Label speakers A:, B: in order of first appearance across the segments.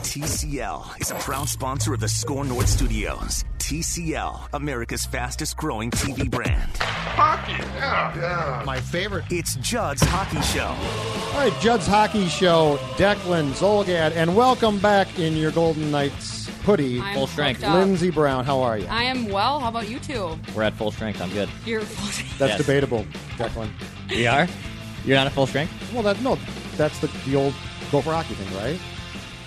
A: TCL is a proud sponsor of the Score North Studios. TCL, America's fastest growing TV brand.
B: My favorite.
A: It's Judd's Hockey Show.
B: All right, Judd's Hockey Show, Declan, Zolgad, and welcome back in your Golden Knights hoodie.
C: I'm Full strength. hooked up.
B: Lindsey Brown, how are you?
C: I am well. How about you two?
D: We're at full strength. I'm good.
C: You're
B: That's
D: Yes.
B: debatable, Declan.
D: We are? You're not at full strength?
B: Well, that no, that's the, the old go for hockey thing, right?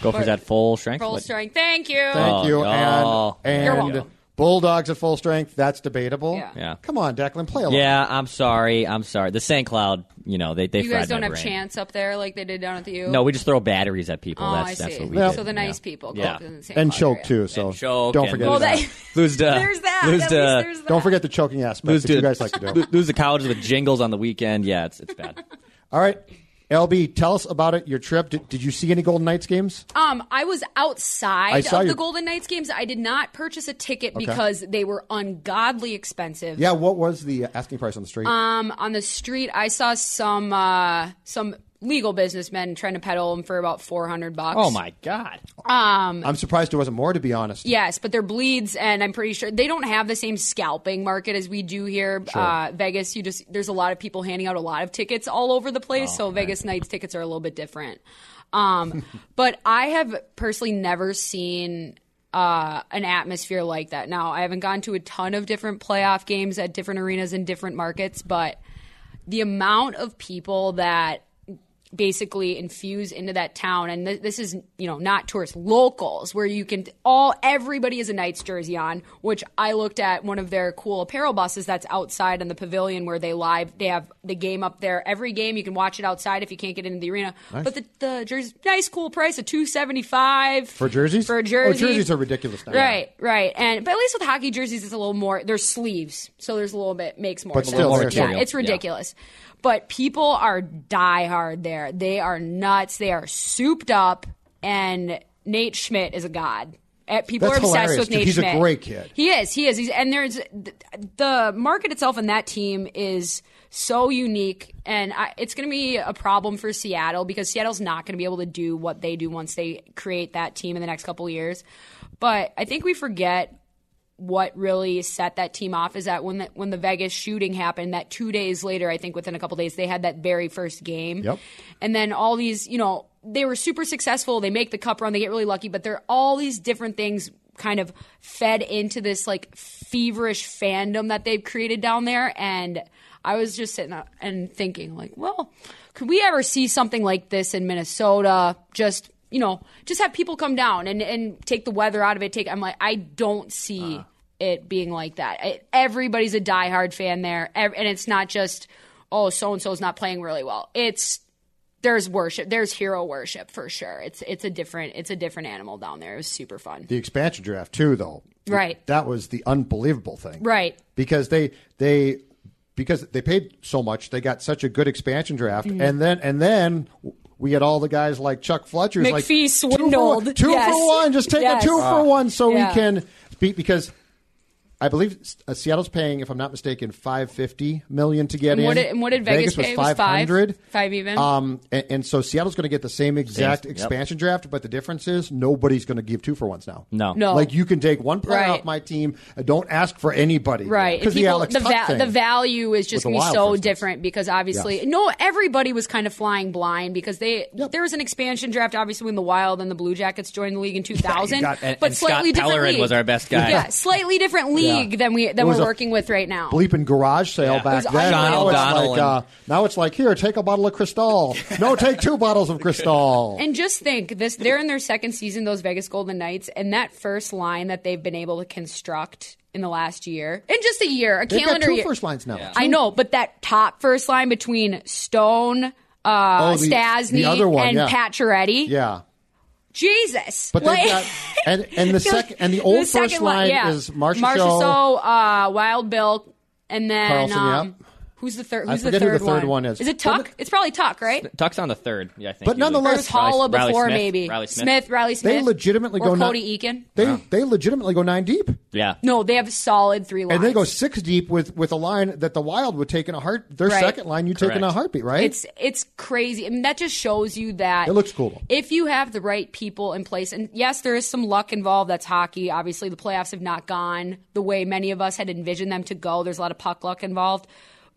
D: Gopher's
C: We're-
D: at full strength?
C: full
D: What-
C: strength. Thank you.
B: Thank
D: Oh,
B: you.
D: no.
C: You're
B: And and
C: welcome.
B: Bulldogs at full strength, that's debatable.
C: Yeah.
D: Yeah.
B: Come on, Declan, play along.
D: Yeah, I'm sorry. I'm sorry. The St. Cloud, you know, they, they
C: you
D: fried
C: guys don't
D: my
C: have
D: brain.
C: chance up there like they did down at the U.
D: No, we just throw batteries at people.
C: Oh,
D: that's,
C: I see.
D: that's what we
B: Yeah.
D: do.
C: So the nice
D: Yeah.
C: people. go
D: Yeah.
C: up to the St.
B: And
C: Cloud
B: choke
C: area.
B: too, so
D: And choke
B: don't
D: and
B: forget
D: lose
C: Well,
B: that.
C: they-
D: Lose to,
C: There's that.
D: Lose
C: At
D: to,
C: least there's that.
B: Don't forget the choking aspect
D: lose
B: that
D: to
B: you guys like to do.
D: lo- lose to colleges with jingles on the weekend. Yeah, it's it's bad.
B: All right. LB, tell us about it. Your trip. Did, did you see any Golden Knights games?
C: Um, I was outside
B: I
C: of
B: saw
C: the
B: your-
C: Golden Knights games. I did not purchase a ticket because they were ungodly expensive.
B: yeah. What was the asking price on the street?
C: Um, on the street, I saw some uh, some legal businessmen trying to peddle them for about four hundred bucks.
D: Oh my god.
B: I'm surprised there wasn't more, to be honest.
C: Yes, but they're bleeds, and I'm pretty sure they don't have the same scalping market as we do here. Uh, Vegas, you just there's a lot of people handing out a lot of tickets all over the place, so Vegas nights tickets are a little bit different. Um, but I have personally never seen uh, an atmosphere like that. Now, I haven't gone to a ton of different playoff games at different arenas in different markets, but the amount of people that basically infuse into that town and th- this is you know not tourists locals where you can all everybody has a knights jersey on which i looked at one of their cool apparel buses that's outside in the pavilion where they live they have the game up there every game you can watch it outside if you can't get into the arena but the, the jersey nice cool price of 275
B: For jerseys?
C: for
B: Oh,
C: a jersey
B: jerseys are ridiculous now.
C: right right and but at least with hockey jerseys it's a little more there's sleeves so there's a little bit makes more
B: But
C: sense
B: still,
D: More
B: there's-
C: yeah,
D: material.
C: it's
D: Yeah.
C: ridiculous. But people are diehard there. They are nuts. They are souped up. And Nate Schmidt is a god. Eh, People
B: That's
C: are obsessed
B: hilarious,
C: with
B: dude.
C: Nate
B: He's a
C: Schmidt.
B: great kid.
C: He is. He is. He's, and there's th- the market itself and that team is so unique. And I, it's going to be a problem for Seattle because Seattle's not going to be able to do what they do once they create that team in the next couple of years. But I think we forget what really set that team off is that when the, when the Vegas shooting happened, that two days later, I think within a couple days, they had that very first game.
B: Yep.
C: And then all these, you know, they were super successful. They make the cup run, they get really lucky, but there are all these different things kind of fed into this like feverish fandom that they've created down there. And I was just sitting up and thinking, like, well, could we ever see something like this in Minnesota? Just you know, just have people come down and, and take the weather out of it. Take I'm like, I don't see it being like that. I, everybody's a diehard fan there, Ev- and it's not just oh, so and so's not playing really well. It's there's worship, there's hero worship for sure. It's it's a different it's a different animal down there. It was super fun.
B: The expansion draft, too, though.
C: Right.
B: That was the unbelievable thing.
C: Right.
B: Because they, they, because they paid so much, they got such a good expansion draft,
C: Mm-hmm.
B: and then and then we had all the guys like Chuck Fletcher's like
C: McPhee
B: two for one,
C: swindled."
B: two
C: Yes.
B: for one, just take
C: Yes.
B: a two for one so
C: Yeah.
B: we can beat because I believe S- uh, Seattle's paying, if I'm not mistaken, five fifty million to get
C: And
B: in.
C: what did- and what did Vegas pay? It was
B: was
C: five?
B: five hundred,
C: Five even?
B: Um, and, and so Seattle's going to get the same exact
D: Same, yep.
B: expansion draft, but the difference is nobody's going to give two for ones now.
D: No.
C: No.
B: like you can take one player
C: Right.
B: off my team. And don't ask for anybody,
C: Right. And
B: Because the
C: people-
B: Alex
C: the,
B: Tuck
C: va-
B: thing.
C: the value is just
B: With the
C: going to be
B: Wild, for
C: so
B: instance.
C: different because obviously,
B: Yes.
C: no, everybody was kind of flying blind because they there was an expansion draft, obviously, when the Wild and the Blue Jackets joined the league in 2000.
B: got-
D: And-
C: but
D: and Scott
C: slightly different.
D: Pellerin
C: league.
D: was our best guy.
C: Yeah, slightly different league than, we, than
B: was
C: we're
B: a
C: working with right now.
B: bleeping garage sale
D: Yeah.
B: back
C: It was
B: then. Now
C: unbelievable.
B: it's,
D: O'Donnell
B: like, uh, now it's like, here, take a bottle of Cristal. No, take two bottles of Cristal.
C: And just think, this they're in their second season, those Vegas Golden Knights, and that first line that they've been able to construct in the last year, in just a year, a
B: They've got
C: calendar
B: two
C: year. Uh,
B: first lines now.
C: I know, but that top first line between Stone, uh,
B: Oh, the-
C: Stasny,
B: the other one,
C: and
B: yeah.
C: Pacioretty.
B: Yeah.
C: Jesus.
B: But
C: Like-
B: they've got, and, and the second and the old
C: second
B: first line
C: yeah.
B: is Marcia,
C: Marcia
B: Show.
C: So, uh, Wild Bill, and then
B: Carlson,
C: um,
B: yep.
C: who's the third?
B: I
C: Who's
B: forget who the third one
C: one
B: is.
C: Is it
B: But
C: Tuck? it's probably Tuck, right?
D: Tuck's on the third. Yeah, I think.
B: But
D: usually.
B: nonetheless-
C: There was Holla
D: Riley
C: before,
D: Smith.
C: maybe
D: Riley Smith.
C: Riley Smith.
B: They legitimately
C: or
B: go nine-
C: Cody Eakin.
B: They they legitimately go nine deep.
D: Yeah.
C: No, they have solid three lines.
B: And they go six deep with, with a line that the Wild would take in a heart. Their
C: Right.
B: second line, you take in
D: Correct.
B: a heartbeat, right?
C: It's it's crazy. I mean, that just shows you that
B: It looks cool, though.
C: If you have the right people in place, and yes, there is some luck involved. That's hockey. Obviously, the playoffs have not gone the way many of us had envisioned them to go. There's a lot of puck luck involved,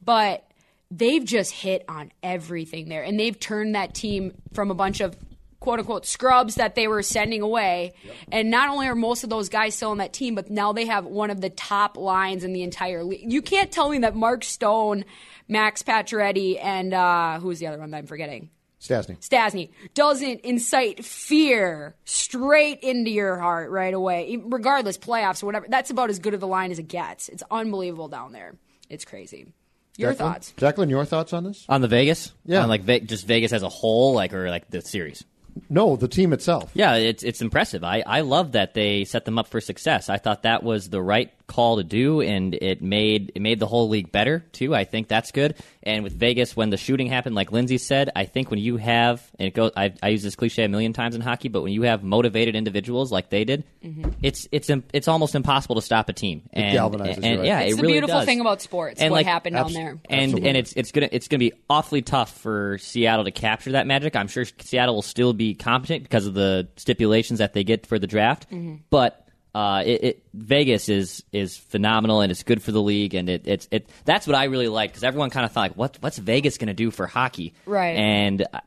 C: but they've just hit on everything there, and they've turned that team from a bunch of quote unquote scrubs that they were sending away. And not only are most of those guys still on that team, but now they have one of the top lines in the entire league. You can't tell me that Mark Stone, Max Pacioretty, and uh, who's the other one that I'm forgetting?
B: Stasny.
C: Stasny doesn't incite fear straight into your heart right away, e, regardless playoffs or whatever. That's about as good of a line as it gets. It's unbelievable down there. It's crazy. Your
B: Declan?
C: thoughts?
B: Declan, your thoughts on this?
D: On the Vegas.
B: Yeah.
D: On like Ve- just Vegas as a whole, like or like the series.
B: No, the team itself.
D: Yeah, it's it's impressive. I, I love that they set them up for success. I thought that was the right call to do, and it made it made the whole league better too. I think that's good. And with Vegas, when the shooting happened, like Lindsay said, I think when you have and it goes, I, I use this cliche a million times in hockey, but when you have motivated individuals like they did,
B: Mm-hmm.
D: it's it's im- it's almost impossible to stop a team. And,
B: galvanizes you,
D: and-
B: right?
D: yeah,
C: It's
D: it
C: the
D: really
C: beautiful
D: does.
C: thing about sports,
D: And,
C: what
D: like,
C: happened
B: abs-
C: down there.
D: and
B: Absolutely.
D: and it's it's gonna it's gonna be awfully tough for Seattle to capture that magic. I'm sure Seattle will still be competent because of the stipulations that they get for the draft. But uh, it, it Vegas is is phenomenal and it's good for the league and it it's it that's what I really like because everyone kind of thought like, what what's Vegas gonna do for hockey
C: Right.
D: and. uh,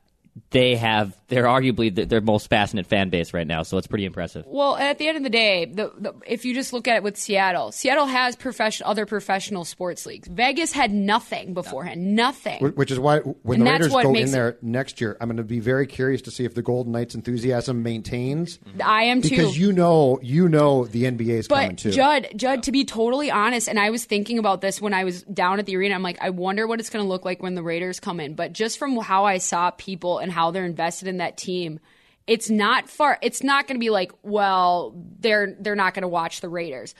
D: They have they're arguably th- their most passionate fan base right now, so it's pretty impressive.
C: Well, at the end of the day, the, the, if you just look at it with Seattle, Seattle has profession, other professional sports leagues. Vegas had nothing beforehand, nothing.
B: Wh- Which is why when
C: And
B: the
C: that's
B: Raiders
C: what
B: go in
C: makes it-
B: there next year, I'm going to be very curious to see if the Golden Knights enthusiasm maintains.
C: I am too.
B: because you know, you know, the NBA is coming
C: But
B: too.
C: Judd, Judd, to be totally honest, and I was thinking about this when I was down at the arena. I'm like, I wonder what it's going to look like when the Raiders come in. But just from how I saw people and how they're invested in that team, it's not far. It's not going to be like, well, they're they're not going to watch the Raiders.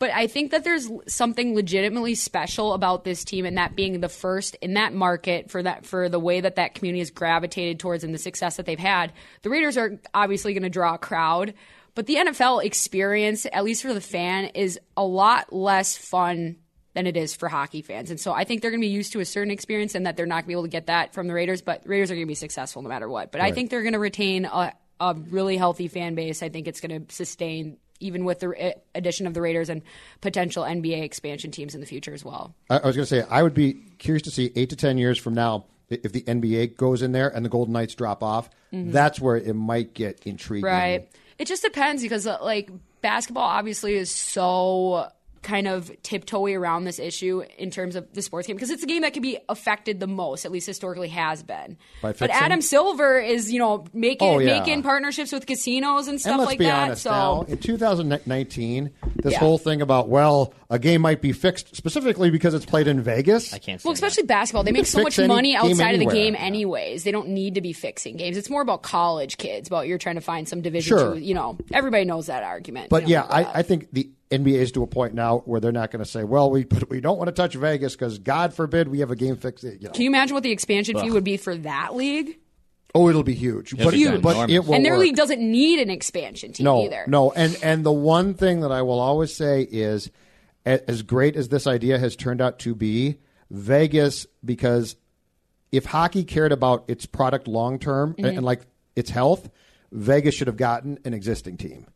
C: But I think that there's l- something legitimately special about this team, and that being the first in that market for that for the way that that community has gravitated towards and the success that they've had. The Raiders are obviously going to draw a crowd, but the NFL experience, at least for the fan, is a lot less fun than it is for hockey fans. And so I think they're going to be used to a certain experience, and that they're not going to be able to get that from the Raiders. But the Raiders are going to be successful no matter what. But I think they're going to retain a, a really healthy fan base. I think it's going to sustain even with the uh, addition of the Raiders and potential NBA expansion teams in the future as well.
B: I, I was going to say, I would be curious to see eight to ten years from now i- if the NBA goes in there and the Golden Knights drop off. That's where it might get intriguing.
C: Mm-hmm. Right. It just depends because uh, like basketball obviously is so kind of tiptoey around this issue in terms of the sports game because it's a game that can be affected the most, at least historically has been.
B: By
C: but
B: fixing?
C: Adam Silver is you know making
B: Oh, yeah.
C: making partnerships with casinos and stuff
B: and let's
C: like
B: be
C: that.
B: honest
C: so
B: now, in 2019, this
C: Yeah.
B: whole thing about well, a game might be fixed specifically because it's played in Vegas. I
D: Can't say that.
C: well, especially basketball, they
B: You
C: make
B: can
C: so
B: fix
C: much
B: any
C: money
B: game
C: outside of
B: anywhere.
C: the game,
B: Yeah.
C: anyways. They don't need to be fixing games. It's more about college kids, about you're trying to find some division.
B: Sure.
C: Two, you know, everybody knows that argument.
B: But
C: you
B: yeah,
C: know, like that.
B: I, I think the NBA is to a point now where they're not going to say, "Well, we we don't want to touch Vegas because God forbid we have a game fix." You know.
C: Can you imagine what the expansion fee would be for that league?
B: oh, it'll be huge, but,
D: be
B: but
D: enormous.
B: it will.
C: and their
B: work.
C: league doesn't need an expansion team
B: no,
C: either.
B: no, and and the one thing that I will always say is, a- as great as this idea has turned out to be, Vegas, because if hockey cared about its product long term
C: Mm-hmm.
B: and, and, like its health, Vegas should have gotten an existing team.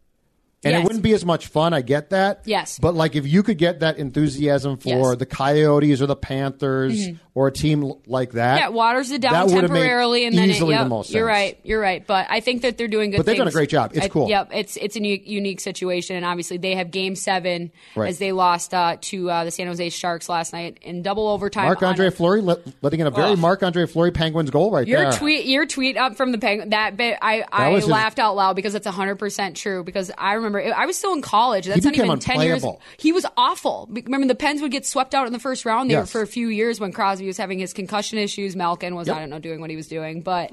B: And
C: Yes.
B: it wouldn't be as much fun. I get that.
C: Yes.
B: But like, if you could get that enthusiasm for
C: Yes. Mm-hmm.
B: the Coyotes or the Panthers or a team l- like that,
C: Yeah, it waters it
B: that
C: down
B: would've made
C: temporarily, and then
B: easily
C: it, yep,
B: the most.
C: You're
B: sense.
C: right. You're right. But I think that they're doing good.
B: But they've done a
C: things.
B: great job. It's
C: I-
B: cool.
C: Yep. It's it's a new, unique situation, and obviously they have Game Seven
B: Right.
C: as they lost uh, to uh, the San Jose Sharks last night in double overtime.
B: Mark
C: on
B: Andre
C: a-
B: Fleury let, letting in a very
C: Ugh.
B: Mark Andre Fleury Penguins goal right
C: Your
B: there.
C: tweet, your tweet up from the penguin. That bit, I, I
B: was his-
C: laughed out loud because that's hundred percent true. Because I remember, I was still in college. That's not
B: became
C: even ten years.
B: unplayable.
C: He was awful. Be- Remember, the Pens would get swept out in the first round there
B: Yes.
C: for a few years when Crosby was having his concussion issues. Malkin was,
B: Yep.
C: I don't know, doing what he was doing, but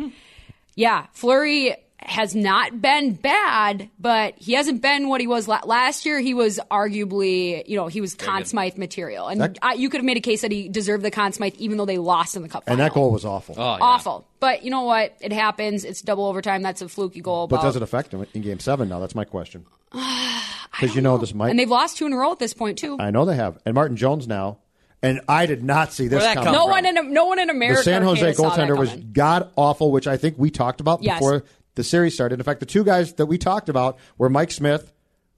C: yeah, Flurry has not been bad, but he hasn't been what he was la- last year. He was arguably, you know, he was Conn Smythe material, and
B: That-
C: I, you could have made a case that he deserved the Conn Smythe, even though they lost in the cup.
B: and that
C: final
B: goal was awful.
C: Oh, awful. But you know what? It happens. It's double overtime. That's a fluky goal.
B: but
C: about-
B: does it affect him in game seven now? That's my question. Because you know, this might.
C: and they've lost two in a row at this point too.
B: I know they have. And Martin Jones now. And I did not see this
E: Where'd
B: coming.
E: that come
C: no
E: from?
C: one in no one in America.
B: the San
C: or
B: Jose
C: Canada saw that
B: goaltender was
C: coming.
B: god awful, which I think we talked about
C: Yes.
B: before the series started. In fact, the two guys that we talked about were Mike Smith,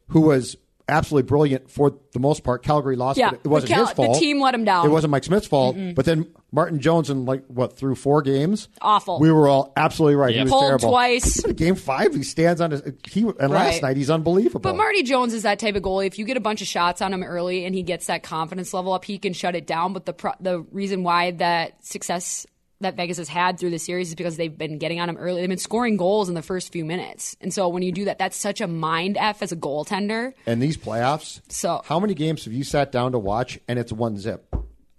B: who was absolutely brilliant for the most part. Calgary lost,
C: Yeah,
B: but it wasn't
C: but Cal-
B: his
C: the
B: fault.
C: team let him down.
B: It wasn't Mike Smith's fault. But then Martin Jones in like what through four games,
C: Awful.
B: We were all absolutely right. He was
C: Pulled
B: terrible
C: twice.
B: In game five, he stands on his he and last
C: Right.
B: night he's unbelievable.
C: But Marty Jones is that type of goalie. If you get a bunch of shots on him early and he gets that confidence level up, he can shut it down. But the pro- the reason why that success that Vegas has had through the series is because they've been getting on him early. They've been scoring goals in the first few minutes, and so when you do that, that's such a mind f as a goaltender.
B: and these playoffs.
C: So-
B: how many games have you sat down to watch and it's one zip?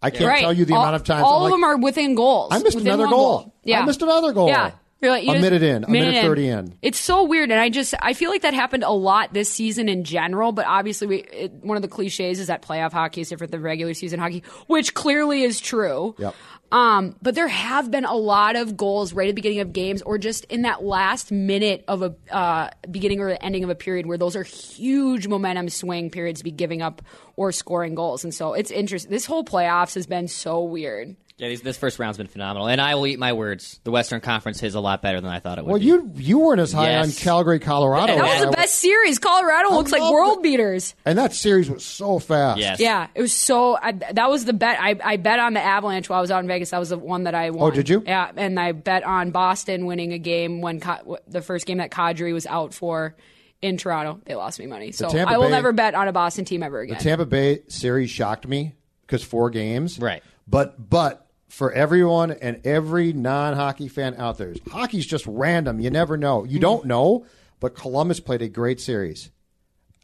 B: I can't
C: right.
B: tell you the
C: all,
B: amount of times
C: All
B: I'm
C: of
B: like,
C: them are within goals.
B: I missed
C: within
B: another
C: one
B: goal.
C: Yeah,
B: I missed another goal.
C: Yeah, you're like, you
B: A
C: just-
B: minute in, a minute 30 in.
C: It's so weird, and I just I feel like that happened a lot this season in general. But obviously, we it, one of the cliches is that playoff hockey is different than regular season hockey, which clearly is true.
B: Yep.
C: Um, but there have been a lot of goals right at the beginning of games, or just in that last minute of a uh, beginning or ending of a period, where those are huge momentum swing periods to be giving up or scoring goals. And so it's interesting. This whole playoffs has been so weird.
D: Yeah, these, this first round's been phenomenal, and I will eat my words. The Western Conference is a lot better than I thought it would.
B: Well,
D: be.
B: you you weren't as high on
D: Yes.
B: Calgary, Colorado.
D: That
C: That
B: as
C: was
B: I
C: the best series. Colorado looks like
B: love
C: world
B: it.
C: beaters.
B: And that series was so fast.
D: Yes.
C: Yeah, it was so. I, that was the bet. I, I bet on the Avalanche while I was out in Vegas. That was the one that I
B: Oh,
C: won.
B: did you?
C: Yeah, and I bet on Boston winning a game when Co- the first game that Kadri was out for in Toronto. They lost me money, so
B: Tampa
C: I will
B: Bay-
C: never bet on a Boston team ever
B: The
C: again.
B: Tampa Bay series shocked me because four games.
D: Right.
B: But but for everyone and every non-hockey fan out there, hockey's just random. You never know. You don't know. But Columbus played a great series.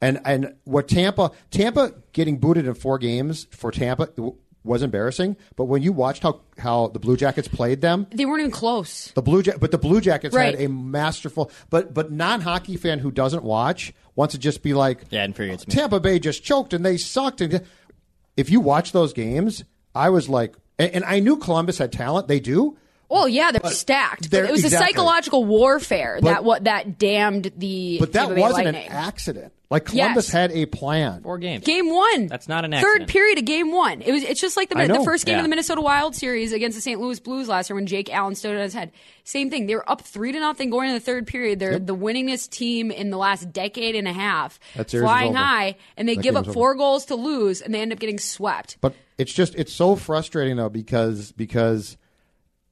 B: And and what Tampa Tampa getting booted in four games for Tampa w- was embarrassing. But when you watched how how the Blue Jackets played them,
C: they weren't even close.
B: The Blue ja- but the Blue Jackets
C: Right.
B: had a masterful, but but non hockey fan who doesn't watch wants to just be like,
D: Yeah, it infuriates me.
B: Tampa Bay just choked and they sucked. And if you watch those games, I was like, and, and I knew Columbus had talent. They do.
C: Well, yeah, they're stacked.
B: they're-
C: but it was
B: exactly.
C: a psychological warfare
B: But-
C: that what that damned the.
B: But that
C: Tampa Bay
B: wasn't an
C: Lightning.
B: accident. Like Columbus
C: Yes.
B: had a plan.
D: four games.
C: Game one.
D: That's not an
C: Third
D: accident.
C: period of game one. It was. It's just like the,
B: I
C: the
B: know.
C: first game
D: Yeah.
C: of the Minnesota Wild series against the St. Louis Blues last year when Jake Allen stood on his head. Same thing. They were up three to nothing going into the third period. They're the winningest team in the last decade and a half.
B: That series is
C: flying
B: over.
C: high, and they
B: That
C: give
B: game
C: up
B: is over.
C: four goals to lose, and they end up getting swept.
B: But it's just it's so frustrating though because because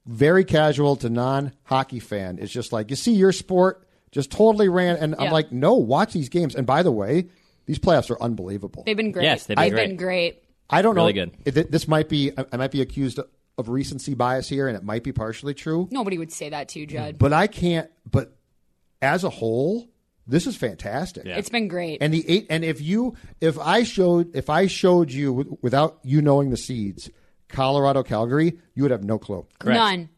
B: very casual to non hockey fan is just like you see your sport just totally ran and I'm
C: Yeah.
B: like no watch these games and by the way these playoffs are unbelievable.
C: They've been great.
D: Yes, they've been
C: been great.
B: I don't
D: Really
B: know
D: good.
B: if it- this might be I I might be accused of recency bias here and it might be partially true
C: Nobody would say that to you, Judd.
B: but I can't but as a whole this is fantastic.
C: It's been great.
B: And the eight, and if you, if I showed, if I showed you w- without you knowing the seeds, Colorado, Calgary, you would have no clue.
C: None.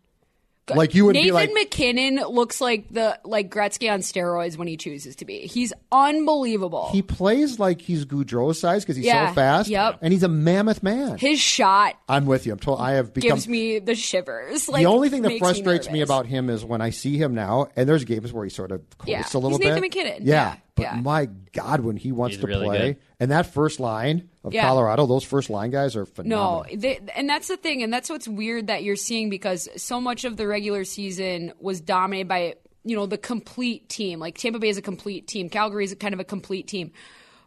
B: Like you would be
C: Nathan
B: like,
C: McKinnon looks like the like Gretzky on steroids when he chooses to be. He's unbelievable.
B: he plays like he's Goudreau size because he's
C: Yeah,
B: so fast.
C: yep.
B: And he's a mammoth man.
C: His shot
B: I'm with you. I'm told I have become.
C: gives me the shivers. Like,
B: the only thing that
C: makes
B: frustrates me,
C: nervous.
B: about him is when I see him now, and there's games where he sort of quits a
C: yeah,
B: little
C: he's
B: bit.
C: Nathan McKinnon.
B: Yeah. But
C: Yeah.
B: my God, when he wants
D: He's
B: to
D: really
B: play,
D: good.
B: and that first line of
C: Yeah.
B: Colorado, those first line guys are
C: No,
B: phenomenal.
C: they, and that's the thing, and that's what's weird that you're seeing because so much of the regular season was dominated by you know the complete team. Like Tampa Bay is a complete team, Calgary is kind of a complete team.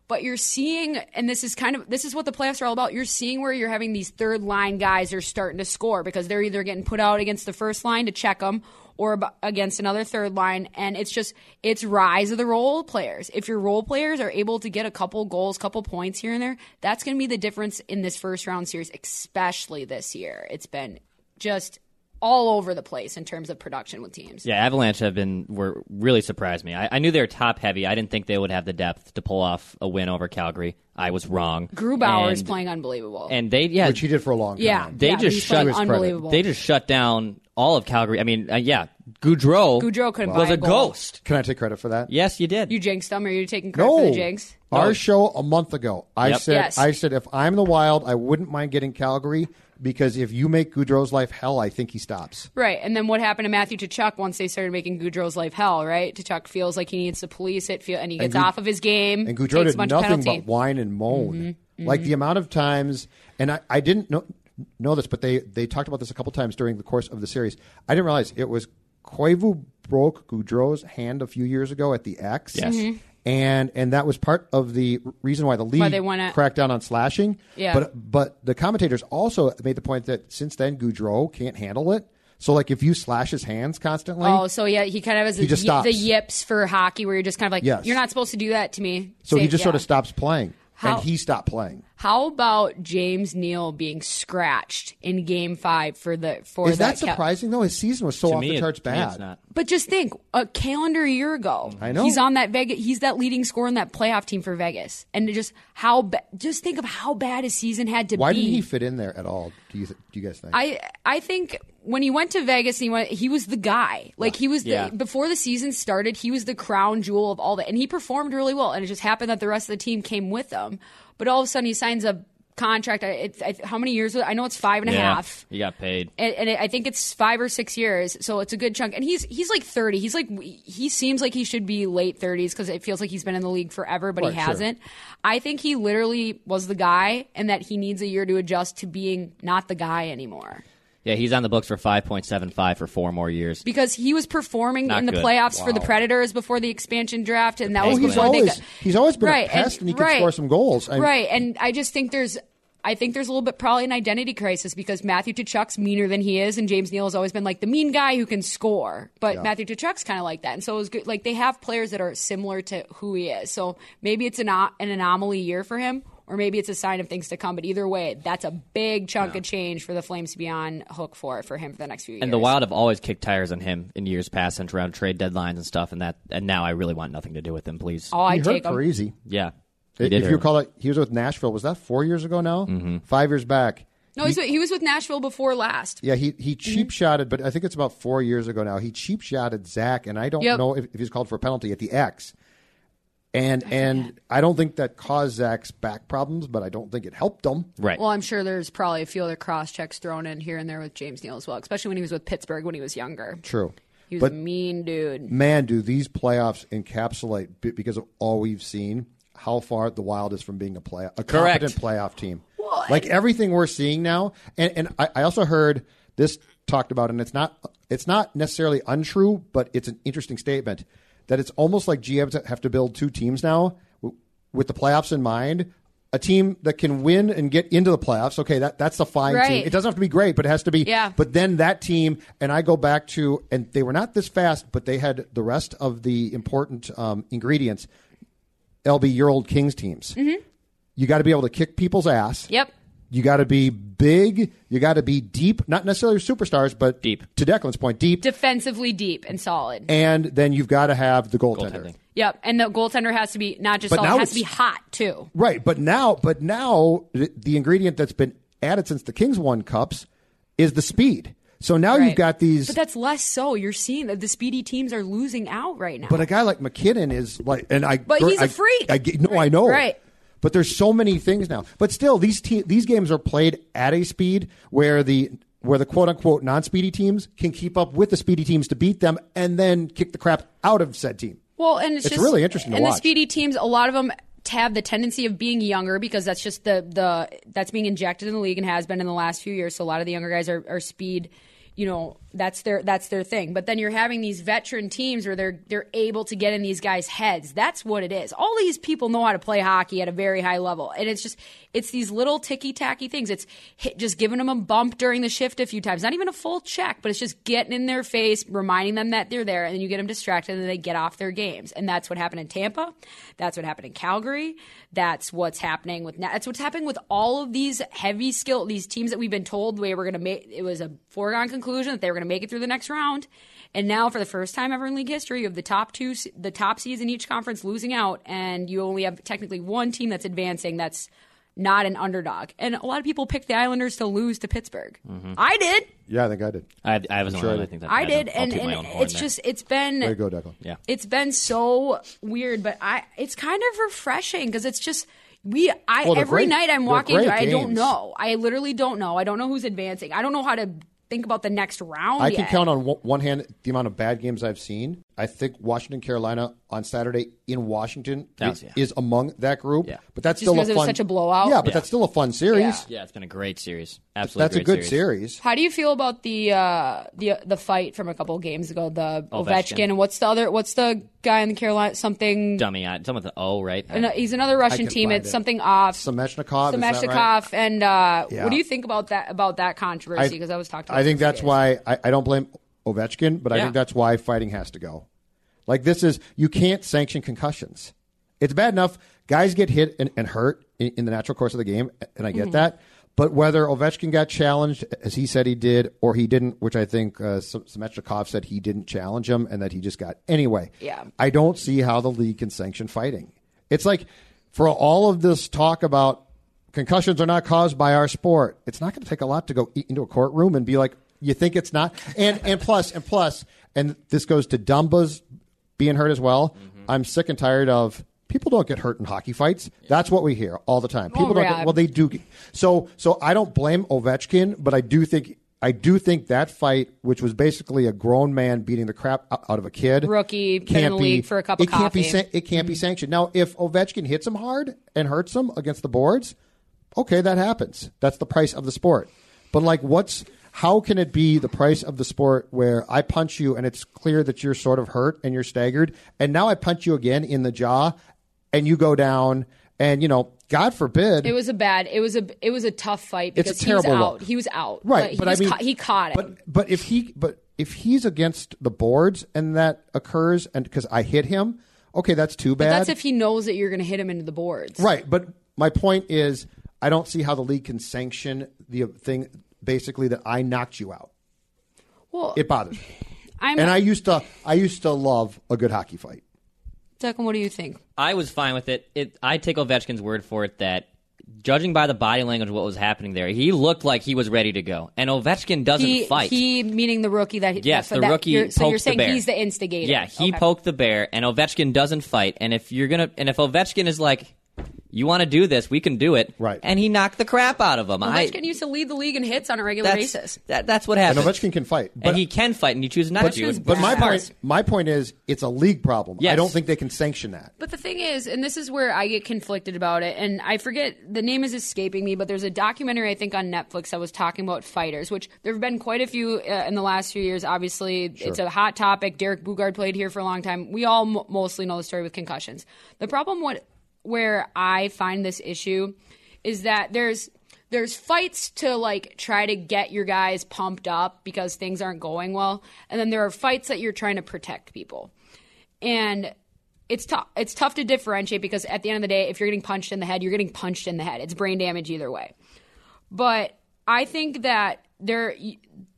C: But you're seeing, and this is kind of this is what the playoffs are all about. You're seeing where you're having these third line guys are starting to score because they're either getting put out against the first line to check them or ab- against another third line, and it's just it's rise of the role players. If your role players are able to get a couple goals, couple points here and there, that's going to be the difference in this first round series, especially this year. It's been just all over the place in terms of production with teams.
D: Yeah, Avalanche have been were really surprised me. I, I knew they were top heavy. I didn't think they would have the depth to pull off a win over Calgary. I was wrong.
C: Grubauer is
D: And-
C: playing unbelievable.
D: and they yeah
B: which he did for a long time.
C: yeah,
D: They
C: yeah,
D: just
C: he's
D: shut-
C: playing
D: His
B: credit.
C: unbelievable.
D: they just shut down all of Calgary. I mean, uh, yeah, Goudreau,
C: Goudreau couldn't
D: was
C: buy
D: a
C: a goal.
D: ghost.
B: Can I take credit for that?
D: Yes, you did.
C: you jinxed them, or you're taking credit
B: No,
C: for the jinx.
B: our show a month ago, I
D: Yep.
B: said,
C: Yes.
B: I said, if I'm the Wild, I wouldn't mind getting Calgary because if you make Goudreau's life hell, I think he stops.
C: Right, and then what happened to Matthew Tuchuk once they started making Goudreau's life hell? Right, Tuchuk feels like he needs to police it, feel, and he gets
B: Goud-
C: off of his game.
B: And Goudreau
C: Mm-hmm.
B: did
C: takes a bunch of Mm-hmm.
B: nothing
C: penalty.
B: but whine and moan. Like the amount of times, and I, I didn't know, know this, but they, they talked about this a couple times during the course of the series. I didn't realize it was Koivu broke Goudreau's hand a few years ago at the X.
D: Yes.
C: Mm-hmm.
D: Mhm.
B: And and that was part of the reason why the league
C: they wanna-
B: cracked down on slashing.
C: Yeah.
B: But but the commentators also made the point that since then Goudreau can't handle it. So like if you slash his hands constantly,
C: Oh, so yeah, he kind of has the,
B: just
C: y- the
B: stops.
C: yips for hockey, where you're just kind of like,
B: Yes.
C: you're not supposed to do that to me.
B: so he
C: Say-
B: just sort
C: yeah.
B: of stops playing,
C: How-
B: and he stopped playing.
C: How about James Neal being scratched in Game Five for the for
B: Is
C: the
B: that
C: Cal-
B: surprising though? His season was so
D: to
B: off
D: me,
B: the
D: it-
B: charts
D: to me,
B: bad.
D: it's not.
C: But just think, a calendar year ago,
B: I know.
C: he's on that Vegas. He's that leading scorer in that playoff team for Vegas, and just how ba- just think of how bad his season had to
B: Why
C: be.
B: didn't he fit in there at all? Do you th- do you guys think?
C: I I think when he went to Vegas, he went. He was the guy. Like he was the
D: Yeah.
C: before the season started. He was the crown jewel of all that, and he performed really well. And it just happened that the rest of the team came with him. But all of a sudden, he signs a contract. I, it, I, how many years? was it? I know it's five and a half
D: yeah, you got paid.
C: and, and I think it's five or six years, so it's a good chunk. And he's he's like thirty. He's like he seems like he should be late thirties because it feels like he's been in the league forever, but he
B: Right, sure.
C: hasn't. I think he literally was the guy, and that he needs a year to adjust to being not the guy anymore
D: Yeah, he's on the books for five point seven five for four more years.
C: because he was performing
D: Not
C: in the
D: good.
C: playoffs for the Predators before the expansion draft, and that was
D: Penguins.
C: before
B: he's
D: Well,
C: they
B: always
C: got,
B: he's always been
C: right
B: a pest, and, he can
C: right,
B: score some goals. I-
C: right, and I just think there's. I think there's a little bit probably an identity crisis because Matthew Tuchuk's meaner than he is, and James Neal has always been like the mean guy who can score. But Matthew Tuchuk's kind of like that, and so it was good. Like they have players that are similar to who he is, so maybe it's an o- an anomaly year for him, or maybe it's a sign of things to come. But either way, that's a big chunk of change for the Flames to be on hook for for him for the next few years.
D: And the Wild have always kicked tires on him in years past, since around trade deadlines and stuff. And that, and now I really want nothing to do with him, please.
C: all Oh, I
B: he hurt
C: take 'em.
B: Parisi.
D: yeah, He
B: If
D: did
B: you
D: hurt Mm-hmm. him.
B: recall, that he was with Nashville. Was that four years ago now? Five years back.
C: No, he's, he was with Nashville before last.
B: Yeah, he
C: Mm-hmm.
B: he cheap shotted, but I think it's about four years ago now. He cheap shotted Zach, and I don't
C: Yep.
B: know if, if he's called for a penalty at the X. And and I don't think that caused Zach's back problems, but I don't think it helped him.
D: right.
C: Well, I'm sure there's probably a few other cross checks thrown in here and there with James Neal as well, especially when he was with Pittsburgh when he was younger.
B: True,
C: He was
B: but
C: a mean dude.
B: man, do these playoffs encapsulate be- because of all we've seen how far the Wild is from being a play a
D: Correct.
B: competent playoff team. Like everything we're seeing now, and and I, I also heard this talked about, and it's not it's not necessarily untrue, but it's an interesting statement that it's almost like GMs have to build two teams now w- with the playoffs in mind. A team that can win and get into the playoffs, okay, that, that's a fine
C: Right.
B: team. It doesn't have to be great, but it has to be
C: Yeah.
B: but then that team, and I go back to, and they were not this fast, but they had the rest of the important um, ingredients. LB, your old Kings teams. You got to be able to kick people's ass.
C: Mm-hmm. Yep.
B: You got to be big. You got to be deep. Not necessarily superstars, but
D: Deep.
B: To Declan's point, deep.
C: Defensively deep and solid.
B: and then you've got to have the goaltender.
D: Goaltending.
C: yep. And the goaltender has to be not just
B: But
C: solid,
B: now
C: has to be
B: it's-
C: hot too.
B: Right, but now, but now th- the ingredient that's been added since the Kings won cups is the speed. So now
C: Right.
B: you've got these.
C: But that's less so. You're seeing that the speedy teams are losing out right now.
B: But a guy like McKinnon is like, and I.
C: But he's a
B: I-
C: freak.
B: I, get- no, I
C: Right,
B: know.
C: right.
B: But there's so many things now. But still, these te- these games are played at a speed where the where the quote unquote non speedy teams can keep up with the speedy teams to beat them, and then kick the crap out of said team.
C: Well, and it's,
B: It's
C: just,
B: really interesting to
C: And
B: watch.
C: the speedy teams, a lot of them have the tendency of being younger because that's just the the that's being injected in the league and has been in the last few years. So a lot of the younger guys are, are speed. You know that's their that's their thing. But then you're having these veteran teams where they're they're able to get in these guys' heads. That's what it is. All these people know how to play hockey at a very high level, and it's just it's these little ticky tacky things. It's hit, just giving them a bump during the shift a few times, not even a full check, but it's just getting in their face, reminding them that they're there, and then you get them distracted, and then they get off their games. And that's what happened in Tampa. That's what happened in Calgary. That's what's happening with that's what's happening with all of these heavy skill these teams that we've been told they were going to make. It was a foregone conclusion that they were going to make it through the next round, and now for the first time ever in league history, you have the top two, s- the top seeds in each conference losing out, and you only have technically one team that's advancing. That's not an underdog. And a lot of people picked the Islanders to lose to Pittsburgh. I did.
B: Yeah, I think I did.
D: I, I was the
B: Sure
D: one.
B: I
D: I
B: did.
D: think Mm-hmm. that
C: I
D: I'll-
C: did,
D: I'll
C: and,
D: toot my
C: and
D: own horn
C: it's
D: there.
C: just it's been
B: Way to go, Declan.
D: Yeah.
C: it's been so weird, but I it's kind of refreshing because it's just we I
B: Well, they're
C: every
B: great-
C: night I'm
B: they're
C: walking
B: great
C: through, I don't
B: games.
C: know. I literally don't know. I don't know who's advancing. I don't know how to think about the next round.
B: I
C: yet.
B: can count on one- one hand the amount of bad games I've seen. I think Washington, Carolina on Saturday in Washington
D: That was-
B: i-
D: yeah.
B: is among that group.
D: Yeah.
B: But that's
C: Just
B: still a
C: because
B: fun.
C: it was such a blowout?
B: Yeah, but
D: Yeah.
B: that's still a fun series.
C: Yeah.
D: yeah, it's been a great series. Absolutely,
B: That's a
D: great
B: good series.
C: How do you feel about the uh, the the fight from a couple games ago? The Ovechkin.
D: Ovechkin.
C: and what's the other? What's the guy in the Carolina? Something.
D: Dummy, I, someone with an O, right?
C: an- he's another Russian
B: can
C: team.
B: find
C: It's
B: it.
C: something off.
B: Samechnikov, is that
C: Sameshnikov.
B: right?
C: And uh,
B: Yeah.
C: what do you think about that about that controversy? Because I was talking. About
B: I think
C: this
B: that's
C: today.
B: why I, I don't blame Ovechkin, but I
D: Yeah.
B: think that's why fighting has to go. Like this is you can't sanction concussions. It's bad enough guys get hit and, and hurt in, in the natural course of the game, and I
C: Mm-hmm.
B: get that. But whether Ovechkin got challenged as he said he did, or he didn't, which I think uh, S- Semechnikov said he didn't challenge him, and that he just got anyway.
C: Yeah.
B: I don't see how the league can sanction fighting. It's like for all of this talk about concussions are not caused by our sport. It's not going to take a lot to go e- into a courtroom and be like, you think it's not? And and plus and plus and this goes to Dumba's being hurt as well. I'm sick and tired of people don't get hurt in hockey fights. That's what we hear all the time. People don't
C: yeah.
B: get, well they do. get- So so I don't blame Ovechkin, but I do think I do think that fight, which was basically a grown man beating the crap o- out of a kid,
C: Rookie, been in the league for a cup of
B: it can't be
C: coffee.
B: san- it can't be sanctioned. Now, if Ovechkin hits him hard and hurts him against the boards, okay, that happens. That's the price of the sport. But like, what's how can it be the price of the sport where I punch you and it's clear that you're sort of hurt and you're staggered, and now I punch you again in the jaw, and you go down, and you know, God forbid,
C: It was a bad. It was a. It was a tough fight
B: It's
C: because
B: a terrible
C: he was out.
B: look.
C: He was out.
B: right? But,
C: But, he
B: I
C: was
B: mean,
C: ca- he caught it.
B: But but if he but if he's against the boards and that occurs, and because I hit him, okay, that's too bad.
C: That's if he knows that you're going to hit him into the boards.
B: Right, but my point is, I don't see how the league can sanction the thing basically that I knocked you out.
C: Well,
B: It bothers me,
C: I'm.
B: and I used to I used to love a good hockey fight.
C: Declan, what do you think?
D: I was fine with it. it. I take Ovechkin's word for it that, judging by the body language, what was happening there, he looked like he was ready to go. And Ovechkin doesn't
C: He,
D: fight.
C: he meaning the rookie that.
D: yes,
C: that,
D: the
C: that-
D: rookie.
C: You're, so you're
D: poked
C: saying
D: the bear.
C: he's the instigator.
D: Yeah, he
C: Okay.
D: poked the bear, and Ovechkin doesn't fight. And if you're gonna, and if Ovechkin is like, "You want to do this? We can do it."
B: Right.
D: And he knocked the crap out of him. I,
C: Ovechkin used to lead the league in hits on a regular
D: that's,
C: basis.
D: That, that's what
B: And
D: happened.
B: Ovechkin can fight, but
D: and he can fight, and you choose not
B: but,
D: to. do it.
B: but my
C: bad.
B: point my point is, it's a league problem. I
D: Yes.
B: don't think they can sanction that.
C: But the thing is, and this is where I get conflicted about it, and I forget the name is escaping me, but there's a documentary I think on Netflix that was talking about fighters, which there have been quite a few uh, in the last few years. Obviously, it's a hot topic. Derek Bugard played here for a long time. We all m- mostly know the story with concussions. The problem what where I find this issue is that there's there's fights to like try to get your guys pumped up because things aren't going well, and then there are fights that you're trying to protect people and it's tough. It's tough to differentiate because at the end of the day, if you're getting punched in the head, you're getting punched in the head. It's brain damage either way. But I think that there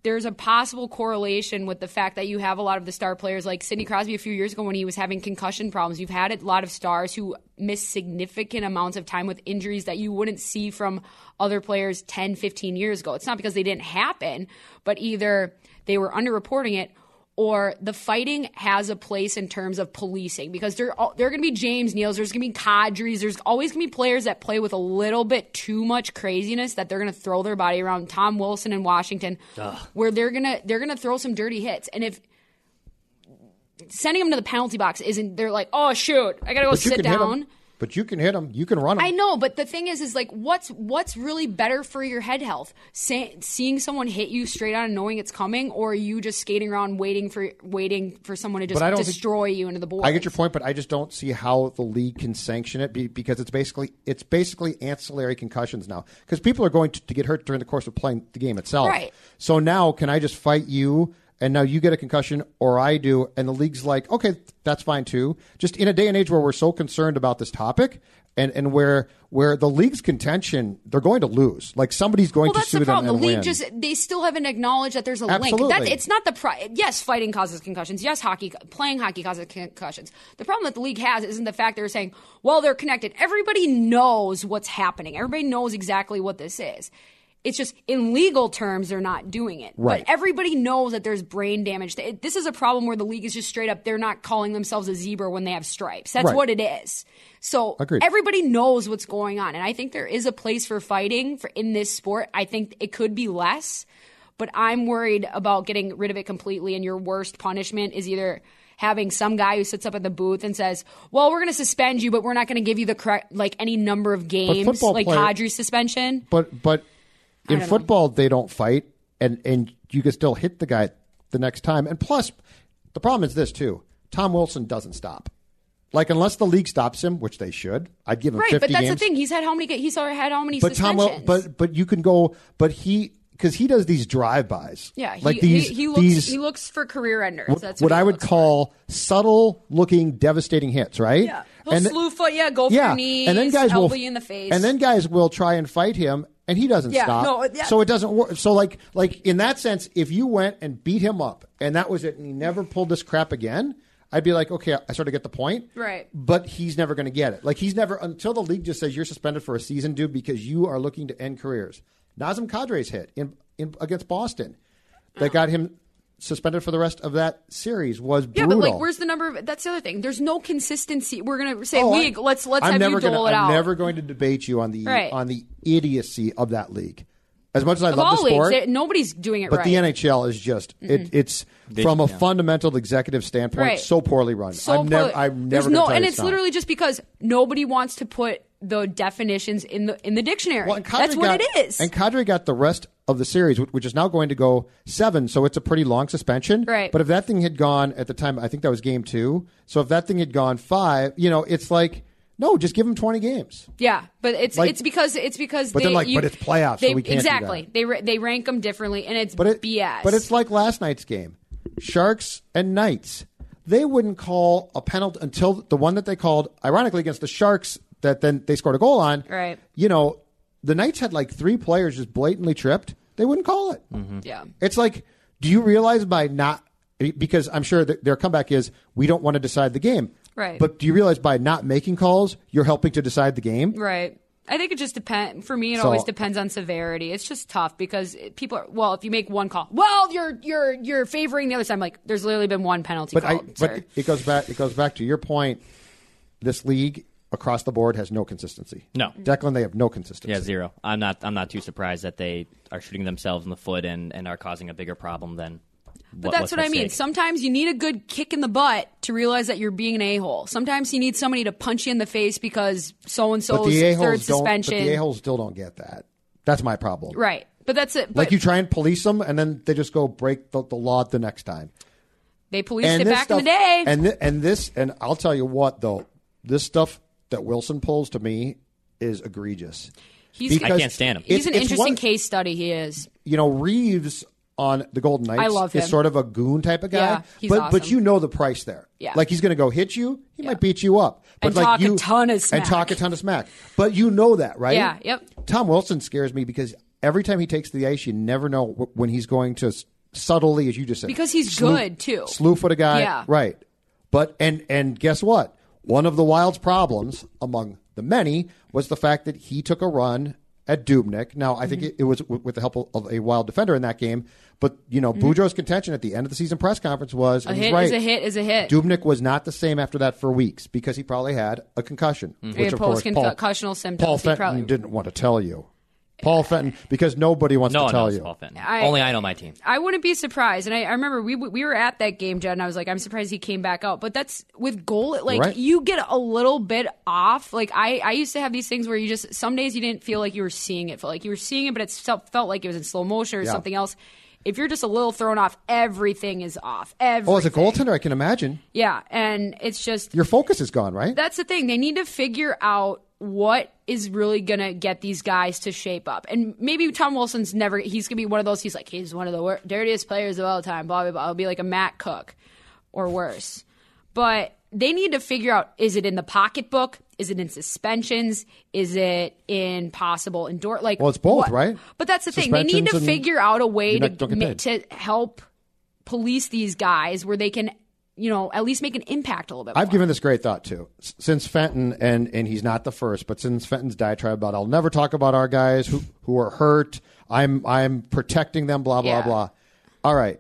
C: there's a possible correlation with the fact that you have a lot of the star players like Sidney Crosby a few years ago when he was having concussion problems. You've had a lot of stars who miss significant amounts of time with injuries that you wouldn't see from other players 10, 15 years ago. It's not because they didn't happen, but either they were underreporting it or the fighting has a place in terms of policing because there are, there are going to be James Neals, there's going to be Cadres, there's always going to be players that play with a little bit too much craziness that they're going to throw their body around. Tom Wilson in Washington, where they're going to they're going to throw some dirty hits, and if sending them to the penalty box isn't. They're like, oh shoot, I gotta go
B: But you
C: sit
B: can hit 'em.
C: down.
B: But you can hit them. You can run them.
C: I know, but the thing is, is like, what's what's really better for your head health? Sa- seeing someone hit you straight on and knowing it's coming, or you just skating around waiting for waiting for someone to just
B: But I don't think-
C: destroy you into the board?
B: I get your point, but I just don't see how the league can sanction it be- because it's basically it's basically ancillary concussions now because people are going to, to get hurt during the course of playing the game itself.
C: Right.
B: So now, can I just fight you? And now you get a concussion, or I do, and the league's like, okay, that's fine too. Just in a day and age where we're so concerned about this topic, and, and where where the league's contention, they're going to lose. Like somebody's going
C: Well,
B: to
C: that's
B: sue
C: the
B: them
C: problem.
B: and
C: the league
B: win.
C: just—they still haven't acknowledged that there's a link.
B: Absolutely.
C: That's, it's not the pri- yes, fighting causes concussions. Yes, hockey playing hockey causes concussions. The problem that the league has isn't the fact they're saying, well, they're connected. Everybody knows what's happening. Everybody knows exactly what this is. It's just in legal terms they're not doing it.
B: Right.
C: But everybody knows that there's brain damage. Th- it- This is a problem where the league is just straight up. They're not calling themselves a zebra when they have stripes. That's
B: Right.
C: what it is. So
B: Agreed.
C: everybody knows what's going on and i think there is a place for fighting for in this sport i think it could be less but i'm worried about getting rid of it completely and your worst punishment is either having some guy who sits up at the booth and says well we're going to suspend you but we're not going to give you the correct like any number of games
B: football
C: like
B: player-
C: Kadri's suspension
B: But but in
C: don't know.
B: football they don't fight and and you can still hit the guy the next time. And plus the problem is this too. Tom Wilson doesn't stop. Like unless the league stops him, which they should, I'd give him
C: right
B: 50
C: but that's
B: games.
C: the thing he's had how many he's already had how many
B: But Tom Wil-
C: suspensions
B: but but you can go but he cuz he does these drive-bys.
C: yeah he,
B: like these
C: he, he looks
B: these
C: he looks for career enders
B: what,
C: that's
B: what
C: what, he
B: I would
C: looks for.
B: call subtle looking devastating hits, right?
C: yeah he'll
B: And-
C: slew foot yeah go for
B: yeah,
C: your knees
B: and then guys
C: elbow
B: will
C: you in the face
B: and then guys will try and fight him, and he doesn't
C: Yeah,
B: stop.
C: no, uh, yeah.
B: So it doesn't work. So like like in that sense, if you went and beat him up, and that was it, and he never pulled this crap again, I'd be like, okay, I sort of get the point,
C: Right.
B: But he's never going to get it. Like he's never until the league just says you're suspended for a season, dude, because you are looking to end careers. Nazem Kadre's hit in, in against Boston that got him. Suspended for the rest of that series was
C: Yeah,
B: brutal.
C: but like, where's the number? Of, that's the other thing. There's no consistency. We're gonna say
B: Oh, I-
C: league. let's let's
B: I'm
C: have
B: never
C: you dole
B: gonna,
C: it out.
B: I'm never going to debate you on the
C: Right.
B: on the idiocy of that league. As much as I
C: of
B: love
C: all
B: the sport,
C: leagues, it- nobody's doing it
B: but
C: right.
B: the NHL is just it, it's from a fundamental executive standpoint
C: Right.
B: so poorly run.
C: so
B: I'm never
C: put-
B: I'm
C: there's
B: never
C: no,
B: gonna tell
C: and
B: you
C: it's literally just because nobody wants to put the definitions in the in the dictionary.
B: not. Well, and Kadri
C: that's what
B: got-
C: it is.
B: And Kadri got the rest of the series, wh- which is now going to go seven, so it's a pretty long suspension.
C: Right.
B: But if that thing had gone at the time, I think that was game two. So if that thing had gone five, you know, it's like no, just give him twenty games.
C: Yeah, but it's
B: Like-
C: it's because it's because
B: But
C: they,
B: then, like,
C: you-
B: but it's playoffs, so
C: they-
B: we can't do that.
C: exactly. They ra- they rank them differently, and it's
B: But it,
C: BS.
B: But it's like last night's game. Sharks and Knights. They wouldn't call a penalty until the one that they called, ironically, against the Sharks that then they scored a goal on.
C: Right.
B: You know, the Knights had like three players just blatantly tripped. They wouldn't call it.
C: yeah.
B: It's like, do you realize by not because I'm sure that their comeback is we don't want to decide the game.
C: Right.
B: But do you realize by not making calls, you're helping to decide the game?
C: Right. I think it just depends. For me, it
B: So-
C: always depends on severity. It's just tough because it- people are. Well, if you make one call, well, you're you're you're favoring the other side. I'm like, there's literally been one penalty
B: but
C: call.
B: I, but it goes back. It goes back to your point. This league across the board has no consistency.
D: No.
C: Mm.
B: Declan, they have no consistency.
D: Yeah, zero. I'm not. I'm not too surprised that they are shooting themselves in the foot and, and are causing a bigger problem than.
C: but that's what I mean. Sometimes you need a good kick in the butt to realize that you're being an a hole. Sometimes you need somebody to punch you in the face because so and
B: but
C: so's
B: the
C: third
B: a-holes don't. But
C: suspension.
B: the a-holes still don't get that. That's my problem.
C: right. But that's it. But
B: Like you try and police them, and then they just go break the, the law the next time.
C: they policed
B: and
C: it
B: this
C: back in the
B: stuff-
C: day.
B: And thi- and this and I'll tell you what though, this stuff that Wilson pulls to me is egregious.
C: he's
D: I can't stand him.
C: He's
B: It's-
C: an
B: it's
C: interesting
B: one-
C: case study. He is.
B: you know Reeves on the Golden Knights
C: I love
B: is
C: him.
B: sort of a goon type of guy.
C: Yeah, he's
B: but but
C: awesome.
B: you know the price there.
C: Yeah.
B: Like he's going to go hit you. He might beat you up. But
C: And
B: like
C: talk a
B: you
C: ton of
B: and
C: smack.
B: talk a ton of smack. But you know that, right?
C: Yeah, yep.
B: Tom Wilson scares me because every time he takes to the ice, you never know wh- when he's going to s- subtly, as you just said,
C: Because he's good, too.
B: Slew foot a guy,
C: Yeah.
B: right? But and and guess what? One of the Wild's problems, among the many, was the fact that he took a run at Dubnik. Now I
C: Mm-hmm.
B: think it, it was w- with the help of- of a Wild defender in that game. But you know, Boudreaux's contention at the end of the season press conference was
C: Mm-hmm. A
B: and he's
C: hit
B: right,
C: is a hit is a hit.
B: Dubnik was not the same after that for weeks because he probably had a concussion, which
C: had
B: of course Paul,
C: Mm-hmm. post-concussional symptoms.
B: Paul
C: He
B: Fenton
C: probably-
B: didn't want to tell you. Paul Fenton, because nobody wants
D: No,
B: to tell
D: no,
B: you.
D: Paul Fenton.
C: I-
D: Only I know my team.
C: I wouldn't be surprised. And I, I remember we w- we were at that game, Jed, and I was like, I'm surprised he came back out. But that's with goal, like
B: Right.
C: you get a little bit off. Like I, I used to have these things where you just some days you didn't feel like you were seeing it, felt like you were seeing it, but it felt, felt like it was in slow motion or
B: Yeah.
C: something else. If you're just a little thrown off, everything is off. Everything.
B: Oh, as a goaltender, I can imagine
C: Yeah, and it's just
B: your focus is gone, right?
C: that's the thing. They need to figure out what is really going to get these guys to shape up. And maybe Tom Wilson's never, he's going to be one of those, he's like, he's one of the wor- dirtiest players of all time, blah, blah, blah. It'll be like a Matt Cook or worse. But they need to figure out is it in the pocketbook? Is it in suspensions? Is it in possible endorse? Like,
B: Well, it's both,
C: what-
B: right?
C: But that's the thing. They need to
B: Suspensions and
C: figure out a way
B: you're
C: to,
B: not- don't get
C: ma-
B: paid.
C: to help police these guys where they can, you know, at least make an impact a little bit.
B: I've
C: more.
B: given this great thought too. S- Since Fenton and and he's not the first, but since Fenton's diatribe about I'll never talk about our guys who who are hurt. I'm I'm protecting them. Blah blah
C: Yeah.
B: blah. All right.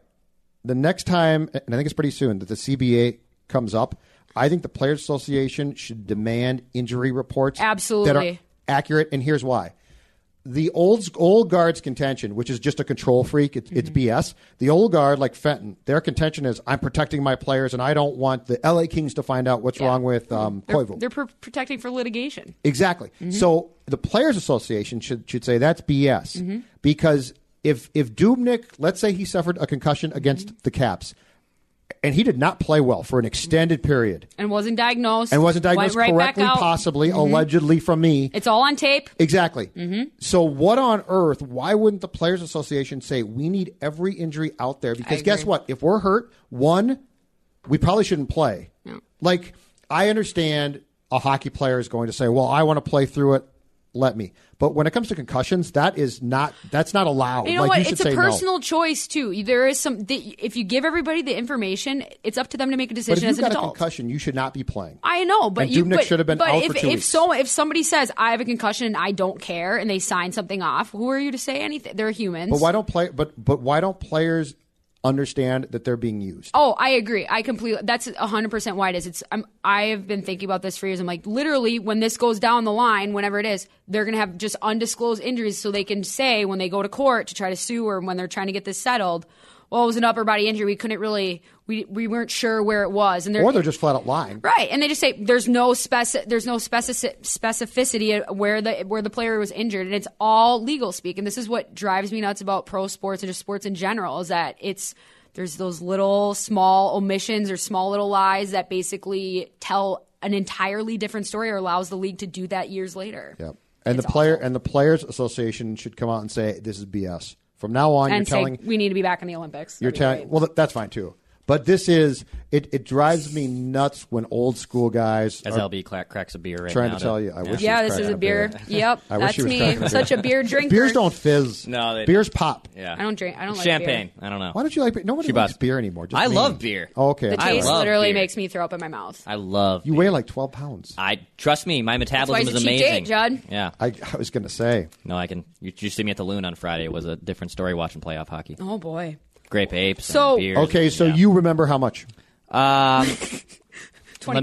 B: The next time, and I think it's pretty soon that the CBA comes up. I think the Players Association should demand injury reports that are
C: Absolutely.
B: accurate, and here's why. The old old guard's contention, which is just a control freak, it's,
C: Mm-hmm.
B: it's BS. The old guard, like Fenton, their contention is I'm protecting my players, and I don't want the LA Kings to find out what's wrong with um,
C: Mm-hmm. They're,
B: Koivu.
C: they're Mm-hmm. pr- protecting for litigation.
B: Exactly. So the players' association should should say that's BS
C: Mm-hmm.
B: because if if Dubnik, let's say he suffered a concussion against
C: Mm-hmm.
B: the Caps, and he did not play well for an extended period
C: And wasn't diagnosed.
B: and wasn't diagnosed
C: went right
B: correctly,
C: back out. Mm-hmm.
B: possibly allegedly from me,
C: It's all on tape.
B: Exactly.
C: Mm-hmm.
B: So, what on earth? Why wouldn't the Players Association say we need every injury out there? Because guess what? If we're hurt, one, we probably shouldn't play. Like, I understand a hockey player is going to say, "Well, I want to play through it. Let me." But when it comes to concussions, that is not that's not allowed.
C: You
B: Oh,
C: know
B: like,
C: what?
B: You should
C: it's a
B: say no.
C: personal choice too. There is some. The, if you give everybody the information, it's up to them to make a
B: But if
C: decision
B: you've
C: as an
B: got a
C: adult.
B: concussion, you should not be playing.
C: I know, but
B: And
C: you
B: Dubnyk
C: but,
B: should have been
C: but
B: out
C: if,
B: for two
C: if
B: weeks.
C: so, if somebody says I have a concussion and I don't care, and they sign something off, who are you to say anything? They're humans.
B: But why don't play? But but why don't players understand that they're being used?
C: Oh, I agree. I completely. That's hundred percent why it is. It's. I'm, I have been thinking about this for years. I'm like, literally, when this goes down the line, whenever it is, they're gonna have just undisclosed injuries, so they can say when they go to court to try to sue or when they're trying to get this settled. Well, it was an upper body injury. We couldn't really. We we weren't sure where it was, and they're
B: Or they're just flat out lying.
C: right. And they just say there's no speci- there's no specific specificity of where the where the player was injured, and it's all legal speak. And this is what drives me nuts about pro sports and just sports in general is that it's there's those little small omissions or small little lies that basically tell an entirely different story or allows the league to do that years later.
B: Yep. And
C: It's
B: the player
C: awful.
B: and the players association should come out and say this is BS. From now on, you're
C: and say
B: telling
C: we need to be back in the Olympics.
B: you're
C: That'd be
B: telling.
C: great.
B: Well, th- that's fine too. But this is it. It drives me nuts when old school guys
D: As
B: are
D: LB cla- cracks a beer right
B: trying
D: now
B: to tell you. I wish.
C: yeah,
B: he was
C: this is
B: cracking
C: a beer. Yep,
B: I wish
C: that's
B: he was
C: me.
B: cracking
C: I'm such a beer drinker.
B: Beers don't fizz.
D: No, they don't.
B: beers pop.
D: Yeah.
C: I don't drink- I don't like
D: champagne. I don't know.
B: Why don't you like beer? Nobody
D: She
B: likes
D: buys-
B: beer anymore. just
D: I
B: me.
D: love beer.
B: Oh, okay.
C: The
D: I
C: taste
D: love
C: literally
D: beer.
C: makes me throw up in my mouth.
D: I love.
B: you
D: beer.
B: weigh like twelve pounds. I,
D: I trust me. My metabolism
C: he's
D: is
C: a cheap
D: amazing.
C: date, Judd.
D: Yeah.
B: I, was gonna say
D: No, I can. You, you see me at the Loon on Friday. It was a different story watching playoff hockey.
C: Oh boy.
D: Grape apes.
C: So-
D: and beers
B: okay.
D: and-
B: So
D: yeah.
B: you remember how much?
D: Let me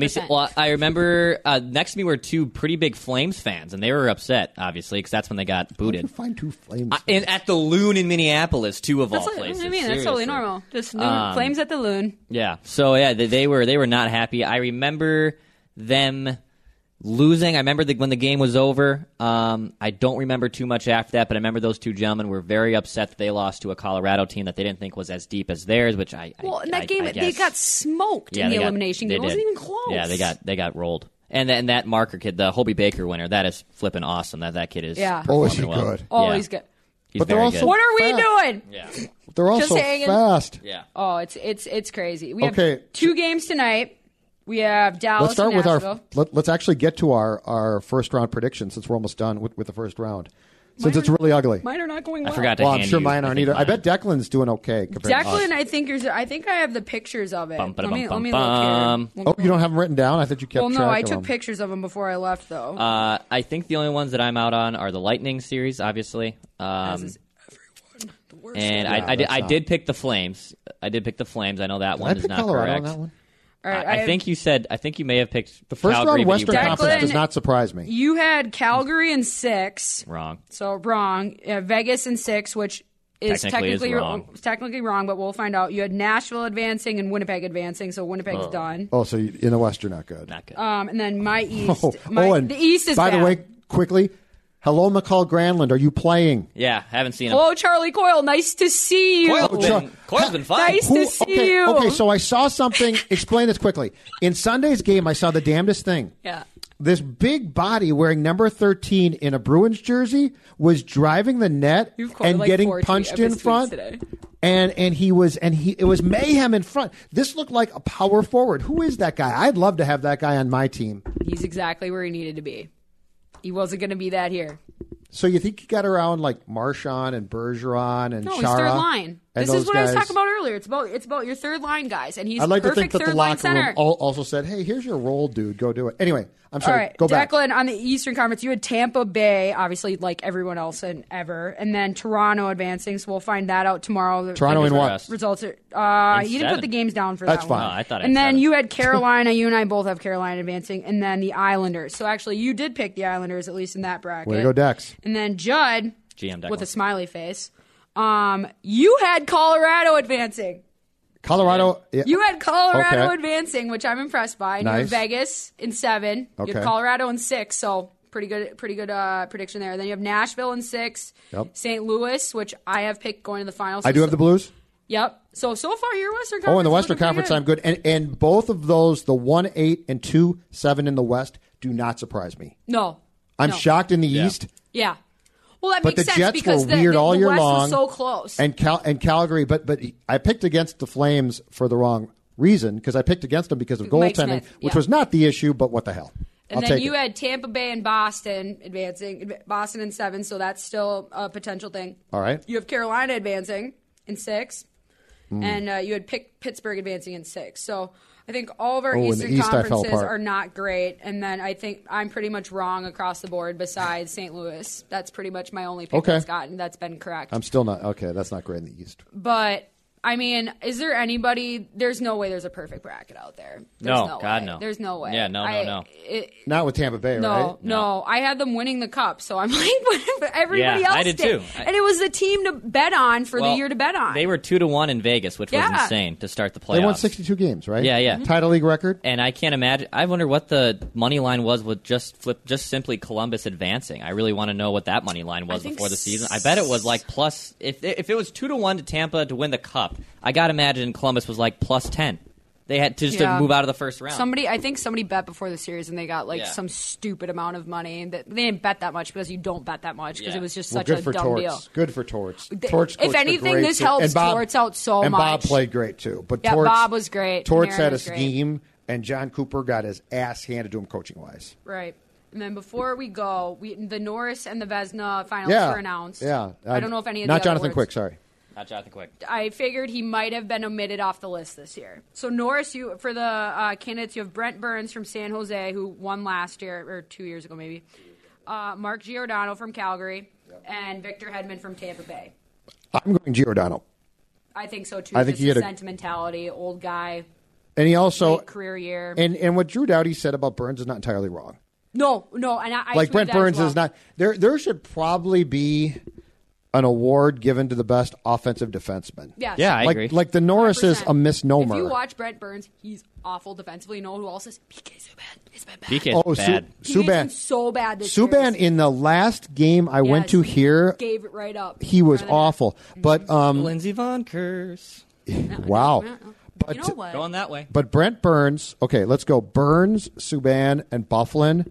D: see.
C: 20%.
D: Well, I remember uh, next to me were two pretty big Flames fans, and they were upset, obviously, because that's when they got booted.
B: Find two flames.
D: I, and at the Loon in Minneapolis, two of all
C: That's what,
D: places.
C: I mean. That's
D: seriously.
C: totally
D: Um,
C: normal. Just loon, flames at the loon.
D: Yeah. So Oh, yeah, they, they were they were not happy. I remember them losing. I remember the, when the game was over. Um, I don't remember too much after that, but I remember those two gentlemen were very upset that they lost to a Colorado team that they didn't think was as deep as theirs. Which I I-
C: Well, in that
D: I-
C: game,
D: I
C: they
D: guess-
C: got smoked
D: yeah,
C: in
D: they
C: the
D: got-
C: elimination
D: they
C: game. It wasn't
D: did.
C: even close.
D: Yeah, they got they got rolled. And then that marker kid, the Hobie Baker winner, that is flipping awesome. That that kid is
C: Yeah.
B: Oh, is he
D: performing well.
B: good?
C: Oh,
D: Yeah.
C: he's good.
D: He's
B: But they're
D: very
B: also-
D: good.
C: What are we
B: Fast.
C: doing?
D: Yeah,
B: They're all
C: Just
B: so
C: hanging.
B: fast.
D: yeah.
C: Oh, it's it's it's crazy. We
B: Okay.
C: have two games tonight. We have Dallas.
B: let's start
C: and
B: with our
C: Nashville.
B: let, let's actually get to our our first round prediction since we're almost done with, with the first round since it's really ugly
C: Mine are not
D: I
C: going well.
D: forgot to
B: well i'm
D: hand
B: sure
D: you-
B: mine aren't
D: think
B: either i
D: mine-
B: bet declan's doing okay compared to us.
C: Declan, I think is. I think I have the pictures of it.
D: Bum, ba-da,
C: let me
D: bum,
C: let me
D: bum,
C: look here.
B: oh you don't have them written down i thought you kept
C: well, no,
B: track
C: I
B: of
C: took
B: them.
C: pictures of them before I left, though.
D: Uh, I think the only ones that I'm out on are the Lightning series, obviously. Um,
C: is everyone. The worst.
D: and I, I, did, I did pick the Flames. I did pick the Flames. I know that
B: i
D: one is
B: picked
D: not
B: colorado
D: correct.
B: on that one
C: All right,
D: I, I
C: I-
D: think you said. I think you may have picked
B: The first
D: Calgary,
B: round
D: but you
B: Western
D: were
B: Conference
C: Declan-
B: does not surprise me.
C: You had Calgary in six,
D: wrong.
C: so wrong. Uh, Vegas in six, which is
D: Technically
C: technically
D: is wrong.
C: technically wrong, but we'll find out. You had Nashville advancing and Winnipeg advancing, so Winnipeg's done.
B: Oh, so you, in the West, you're not good.
D: Not good.
C: Um, and then my East,
B: oh,
C: my,
B: oh, and
C: the East is
B: by
C: bad.
B: the way, quickly. Hello, McCall Granlund. Are you playing?
D: yeah, haven't seen him.
C: Hello, Oh, Charlie Coyle. Nice to see you.
D: Coyle's
B: Char-
D: been, Coyle's been fine.
C: Nice to see
B: okay,
C: you.
B: okay, so I saw something. Explain this quickly. In Sunday's game, I saw the damnedest thing.
C: Yeah.
B: This big body wearing number 13 in a Bruins jersey was driving the net
C: You've quoted
B: and
C: like
B: getting
C: four tweet-
B: punched
C: of
B: in
C: his tweets
B: front.
C: today.
B: And and he was and he it was mayhem in front. This looked like a power forward. Who is that guy? I'd love to have that guy on my team.
C: He's exactly where he needed to be. He wasn't going to be that here.
B: So you think he got around like Marshawn and Bergeron and
C: No,
B: Chara?
C: he's third line.
B: and
C: This is
B: those
C: what I was
B: guys?
C: talking about earlier. It's about it's about your third line guys, and he's
B: I'd like to think
C: perfect
B: that
C: third
B: the
C: line
B: locker
C: center.
B: room al- also said, "Hey, here's your role, dude. Go do it." Anyway, I'm
C: All
B: sorry.
C: right,
B: go back.
C: Declan on the Eastern Conference. You had Tampa Bay, obviously, like everyone else and ever, and then Toronto advancing. So we'll find that out tomorrow. The
B: Toronto in
D: Fingers
B: what?
D: crossed.
C: results are. Uh,
D: In
C: you didn't
D: seven.
C: put the games down for
B: That's
C: that one.
B: fine. Oh,
D: I thought I
C: and then
D: said it.
C: you had Carolina. you and I both have Carolina advancing, and then the Islanders. So actually, you did pick the Islanders at least in that bracket.
B: Way to go, Dex.
C: And then Judd
D: GM Declan.
C: with a smiley face. Um, you had Colorado advancing.
B: Colorado. yeah.
C: You had Colorado
B: Okay.
C: advancing, which I'm impressed by. And
B: Nice.
C: You have Vegas in seven. You
B: Okay.
C: have Colorado in six, so pretty good, pretty good uh, prediction there. Then you have Nashville in six.
B: Yep.
C: St. Louis, which I have picked going to the finals.
B: I do have the Blues.
C: Yep. So so far, your Western Conference.
B: Oh, in the
C: is
B: Western
C: looking pretty
B: Conference, I'm good. And and both of those, the one eight and two seven in the West, do not surprise me.
C: No.
B: I'm
C: No.
B: shocked in the East,
C: Yeah. Well, that
B: but
C: makes
B: the
C: sense
B: Jets were
C: because the,
B: weird
C: the,
B: all
C: the
B: year
C: West
B: long.
C: Was so close.
B: And Cal and Calgary, but but I picked against the Flames for the wrong reason because I picked against them because of
C: Mike
B: goaltending,
C: Smith,
B: which
C: yeah.
B: was not the issue. But what the hell?
C: And
B: I'll
C: then
B: take
C: you
B: it.
C: had Tampa Bay and Boston advancing. adv- Boston in seven, so that's still a potential thing.
B: All right. Hmm.
C: You have Carolina advancing in six, and uh, you had pick Pittsburgh advancing in six. So I think all of our
B: Oh, in the
C: Eastern
B: East, I fell
C: conferences
B: apart.
C: are not great. And then I think I'm pretty much wrong across the board besides St. Louis. That's pretty much my only pick
B: Okay.
C: that's gotten that's been correct.
B: I'm still not okay. That's not great in the East.
C: But I mean, is there anybody? There's no way there's a perfect bracket out there. There's
D: No,
C: no
D: God,
C: way.
D: no.
C: There's no way.
D: Yeah, no, no,
C: I-
D: no.
C: It,
B: Not with Tampa Bay,
C: no,
B: right?
C: no, I had them winning the cup, so I'm like, but everybody
D: Yeah,
C: else
D: I did too. I-
C: and it was the team to bet on for
D: Well,
C: the year to bet on.
D: They were two to one in Vegas, which was
C: Yeah.
D: insane to start the playoffs.
B: They won 62 games, right?
D: Yeah, yeah. Mhm.
B: Title league record.
D: and I can't imagine. I wonder what the money line was with just flip, just simply Columbus advancing. I really want to know what that money line was
C: think
D: before the season. I bet it was like plus. If if it was two to one to Tampa to win the cup, I gotta imagine Columbus was like plus ten. They had to just
C: Yeah.
D: to move out of the first round.
C: somebody. I think somebody bet before the series, and they got like
D: Yeah.
C: some stupid amount of money. That they didn't bet that much because you don't bet that much because
D: Yeah.
C: it was just
B: Well,
C: such
B: good
C: a
B: for
C: dumb
B: Torts.
C: deal.
B: Good for Torts.
C: Th-
B: Torts
C: if
B: coached a
C: anything,
B: great
C: this
B: team.
C: helps
B: and Bob,
C: Torts out so
B: and Bob
C: much.
B: played great too. But
C: Yeah,
B: Torts,
C: Bob was great.
B: Torts had
C: Panarin
B: a
C: was great.
B: scheme, and John Cooper got his ass handed to him coaching wise.
C: Right. And then before we go, we, the Norris and the Vesna finals
B: Yeah,
C: were announced.
B: Yeah,
C: I, don't know if any of the
B: not
C: other
B: Jonathan
C: words-
B: Quick. Sorry,
D: Not Jonathan Quick.
C: I figured he might have been omitted off the list this year. So Norris, you for the uh, candidates, you have Brent Burns from San Jose, who won last year or two years ago maybe. Uh, Mark Giordano from Calgary and Victor Hedman from Tampa Bay.
B: I'm going Giordano,
C: I think so too.
B: I think
C: Just
B: he had
C: the
B: a-
C: sentimentality, old guy,
B: and he also
C: late career year.
B: and and what Drew Doughty said about Burns is not entirely wrong.
C: no, no, and I, I
B: like
C: tweeted
B: Brent
C: that as
B: Burns
C: well.
B: is not there. There should probably be an award given to the best offensive defenseman.
C: Yes.
D: Yeah, I
B: like
D: agree.
B: like the Norris is a
C: 100%.
B: misnomer.
C: If you watch Brent Burns, he's awful defensively. You know who else is? PK Subban. He's been bad.
D: BK's
B: oh, Su-
D: bad.
C: He's been
B: Subban.
C: so bad this year.
B: Subban in the last game I went
C: Yes.
B: to here,
C: gave it right up.
B: he was
C: Rather than-
B: awful. But um,
D: Lindsey Von Curse.
B: wow.
C: you know what?
D: Going that way.
B: But Brent Burns, okay, let's go. Burns, Subban, and Bufflin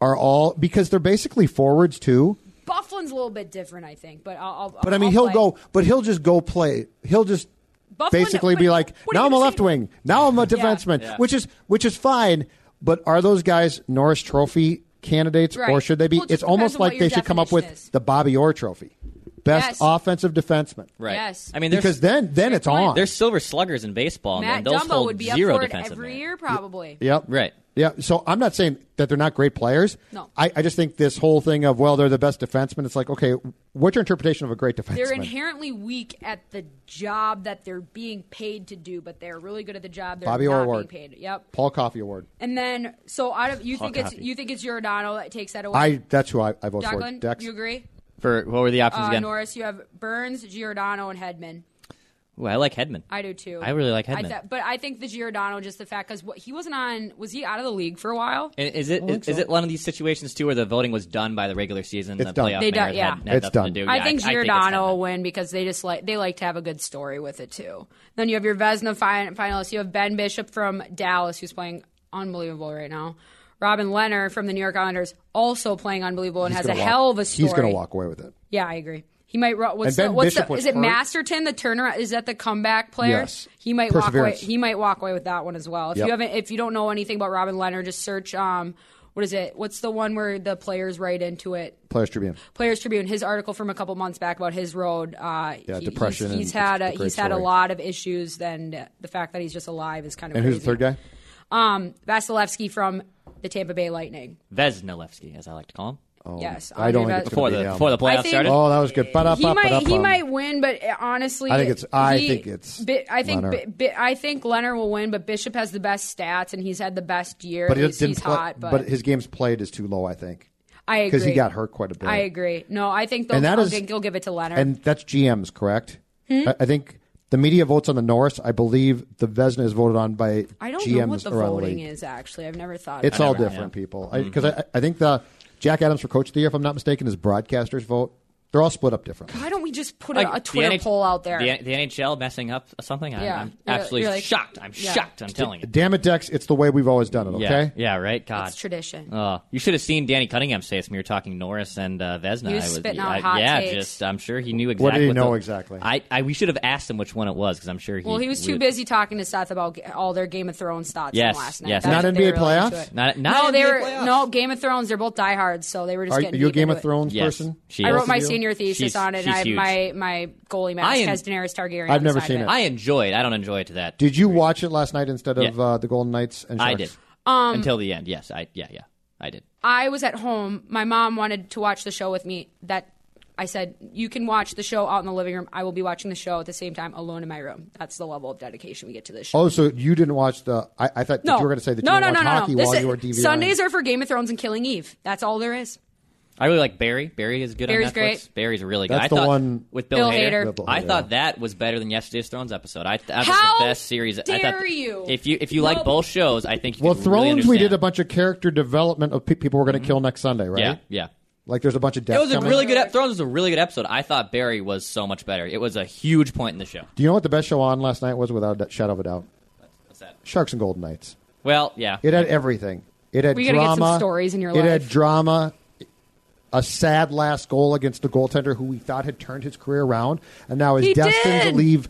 B: are all because they're basically forwards too.
C: Bufflin's a little bit different, I think. But I'll. I'll
B: But I mean, he'll
C: I'll play.
B: go. But he'll just go play. He'll just
C: Bufflin-
B: basically
C: what-
B: be like,
C: what are
B: now
C: you
B: I'm a
C: gonna
B: left
C: say?
B: wing. Now I'm a defenseman,
D: Yeah.
B: which is which is fine. But are those guys Norris Trophy candidates,
C: Right.
B: or should they be?
C: Well, it
B: it's
C: just
B: almost
C: depends on what
B: like
C: your
B: they should come up with
C: definition is.
B: the Bobby Orr Trophy, best
C: Yes.
B: offensive defenseman.
D: Right.
C: Yes.
D: I mean, there's,
B: Because then then it's
C: point.
B: on.
D: there's silver sluggers in baseball, and
C: Matt
D: then those
C: Dumbo
D: hold
C: would be up
D: zero
C: for it
D: defensive
C: every
D: merit.
C: year, probably.
B: yep.
D: Right.
B: Yeah, so I'm not saying that they're not great players.
C: No.
B: I, I just think this whole thing of well, they're the best defenseman. It's like, okay, what's your interpretation of a great defenseman?
C: They're inherently weak at the job that they're being paid to do, but they're really good at the job they're
B: Bobby
C: not
B: Orr Award.
C: being paid. Yep.
B: Paul Coffey Award.
C: And then, so out of you think it's
D: Coffey.
C: you think it's Giordano that takes that away.
B: I that's who I, I vote for.
C: Declan,
B: Dex.
C: you agree?
D: For what were the options
C: Uh,
D: again?
C: Norris, you have Burns, Giordano, and Hedman.
D: Ooh, I like Hedman.
C: I do too.
D: I really like Hedman.
C: I but I think the Giordano, just the fact, because he wasn't on, was he out of the league for a while?
D: And is it is, is it one of these situations too where the voting was done by the regular season?
B: It's
D: the
B: done.
D: playoff
C: They done-
D: merit
C: yeah.
D: had- had
B: It's
D: nothing
B: done.
D: To do.
C: I
D: Yeah,
C: think
D: I, it's
C: Giordano will
D: Hedman.
C: win because they just like they like to have a good story with it too. Then you have your Vesna fin- finalists. You have Ben Bishop from Dallas, who's playing unbelievable right now. Robin Leonard from the New York Islanders, also playing unbelievable and
B: He's
C: has a
B: gonna walk-
C: hell of a story.
B: He's going to walk away with it.
C: Yeah, I agree. He might. ru- What's
B: And Ben
C: the, what's
B: Bishop
C: the,
B: was
C: is it
B: hurt.
C: Masterton? The turnaround is that the comeback player.
B: Yes.
C: He might walk away.
B: Perseverance.
C: He might walk away with that one as well. If
B: Yep.
C: you haven't, if you don't know anything about Robin Leonard, just search. Um, what is it? What's the one where the players write into it?
B: Players Tribune.
C: Players Tribune, his article from a couple months back about his road. Uh,
B: Yeah,
C: he-
B: depression
C: He's, he's
B: and
C: had a,
B: it's a great
C: he's had a
B: story.
C: lot of issues. Then the fact that he's just alive is kind of
B: And who's the third
C: crazy.
B: guy?
C: Um, Vasilevsky from the Tampa Bay Lightning.
D: Vesnilevsky, as I like to call him,
C: yes,
B: Oh, I don't
C: Andre
B: think it's
C: Vas-
B: gonna
D: before
B: be
D: the
B: him.
D: before the
C: I
D: playoffs
C: think-
D: started.
B: Oh, that was good. Ba-da-ba-ba-da-bum.
C: he might he might win, but uh, honestly,
B: I think it's- I
C: he-
B: think it's
C: Bi- I think
B: Leonard.
C: Bi- Bi- I think Leonard will win, but Bishop has the best stats and he's had the best year.
B: But
C: At
B: he
C: least
B: didn't
C: he's
B: play,
C: hot, but,
B: his games played is too low. I think
C: I agree
B: because he got hurt quite a bit.
C: I agree. No, I think they'll.
B: And that
C: I
B: is-
C: think he'll give it to Leonard. Hmm?
B: And that's GM's correct. I, I think the media votes on the Norris. I believe the Vesna is voted on by
C: I don't
B: GMs
C: know what the
B: around the
C: voting
B: league.
C: is. Actually, I've never thought.
B: It's
C: about
B: all
C: that.
B: different people
D: Mm-hmm.
B: because I, I think the Jack Adams for Coach of the Year, if I'm not mistaken, is broadcasters vote. They're all split up differently.
C: Why don't we just put
D: Like,
C: a, a
D: the
C: Twitter
D: NH
C: poll out there?
D: The, the NHL
C: Mm.
D: messing up something. I,
C: Yeah.
D: I'm
C: You're-
D: absolutely
C: you're like-
D: shocked. I'm
C: Yeah.
D: shocked. I'm telling you.
B: Damn it, Dex! It's the way we've always done it.
D: Yeah,
B: Okay.
D: yeah, right. God,
C: it's tradition.
D: Oh, you should have seen Danny Cunningham say this when you were talking Norris and uh, Vesna.
C: He was
D: I
C: spitting out
D: I-
C: hot
D: yeah,
C: takes.
D: just I'm sure he knew exactly.
B: What did he know
D: the-
B: exactly?
D: I, I we should have asked him which one it was because I'm sure he.
C: well, he was
D: we
C: too
D: would-
C: busy talking to Seth about ga- all their Game of Thrones thoughts
D: Yes,
C: from last night.
D: yes.
C: That's
B: Not
C: what they
B: NBA
C: were really into
B: playoffs?
C: it.
D: Not- not
C: no, they
D: NBA
C: were
D: playoffs.
C: no Game of Thrones. They're both diehards, so they were just.
B: Are
C: getting
B: you a
C: deep
B: Game
C: into
B: of
C: it.
B: Thrones
D: Yes,
B: person?
D: she
C: I
D: is.
C: wrote my
D: Both of you?
C: senior thesis
D: She's-
C: on it.
D: she's
C: And I,
D: huge.
C: my my goalie mask
D: I am-
C: has Daenerys Targaryen.
B: I've
C: on the
B: never
C: side
B: seen
C: of
B: it.
D: I enjoy it. I don't enjoy it to
C: Mm.
D: that.
B: Did you watch it last night instead of
D: Yeah.
B: uh, the Golden Knights and Sharks?
D: I did until the end. Yes, I yeah yeah I did.
C: Um, I was at home. My mom wanted to watch the show with me. That I said, you can watch the show out in the living room. I will be watching the show at the same time, alone in my room. That's the level of dedication we get to this show.
B: Oh, so you didn't watch the? I, I thought that
C: no,
B: you were going to say that
C: no,
B: you
C: no,
B: didn't
C: no,
B: watch
C: no, no.
B: hockey
C: This
B: while
C: is-
B: you were DVRing.
C: Sundays are for Game of Thrones and Killing Eve. That's all there is.
D: I really like Barry. Barry is good
C: Barry's
D: on Netflix.
C: great.
D: Barry's really good.
B: That's
D: I
B: the
D: thought
B: one-
D: with Bill,
C: Bill
D: Hader.
C: Hader. Bill
D: I
B: Hader.
D: thought that was better than yesterday's Thrones episode. I that was
C: How
D: the best series. I
C: dare
D: thought,
C: you.
D: If you if you
C: No,
D: like
C: but-
D: both shows, I think you
B: Well,
D: could really
B: Thrones, we did a
D: understand. Mm-hmm.
B: bunch of character development of pe- people we're going to kill next Sunday, right?
D: Yeah, yeah.
B: Like there's a bunch of death.
D: It was a
B: coming.
D: really good. ep- Thrones was a really good episode. I thought Barry was so much better. It was a huge point in the show.
B: Do you know what the best show on last night was, without a shadow of a doubt?
D: What's that?
B: Sharks and Golden Knights.
D: Well, yeah.
B: It had everything. It had
C: We gotta get some
B: drama.
C: stories in your
B: it had
C: life.
B: drama. A sad last goal against the goaltender who we thought had turned his career around, and now is
C: He
B: destined
C: did!
B: to leave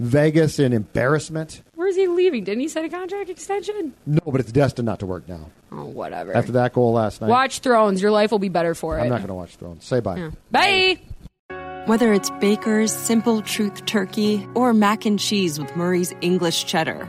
B: Vegas in embarrassment.
C: Where is he leaving? Didn't he sign a contract extension?
B: No, but it's destined not to work now.
C: Oh, whatever.
B: After that goal last night,
C: Watch Thrones. Your life will be better for it.
B: I'm not going to watch Thrones. Say bye.
C: Bye.
E: Whether it's Baker's Simple Truth Turkey or mac and cheese with Murray's English Cheddar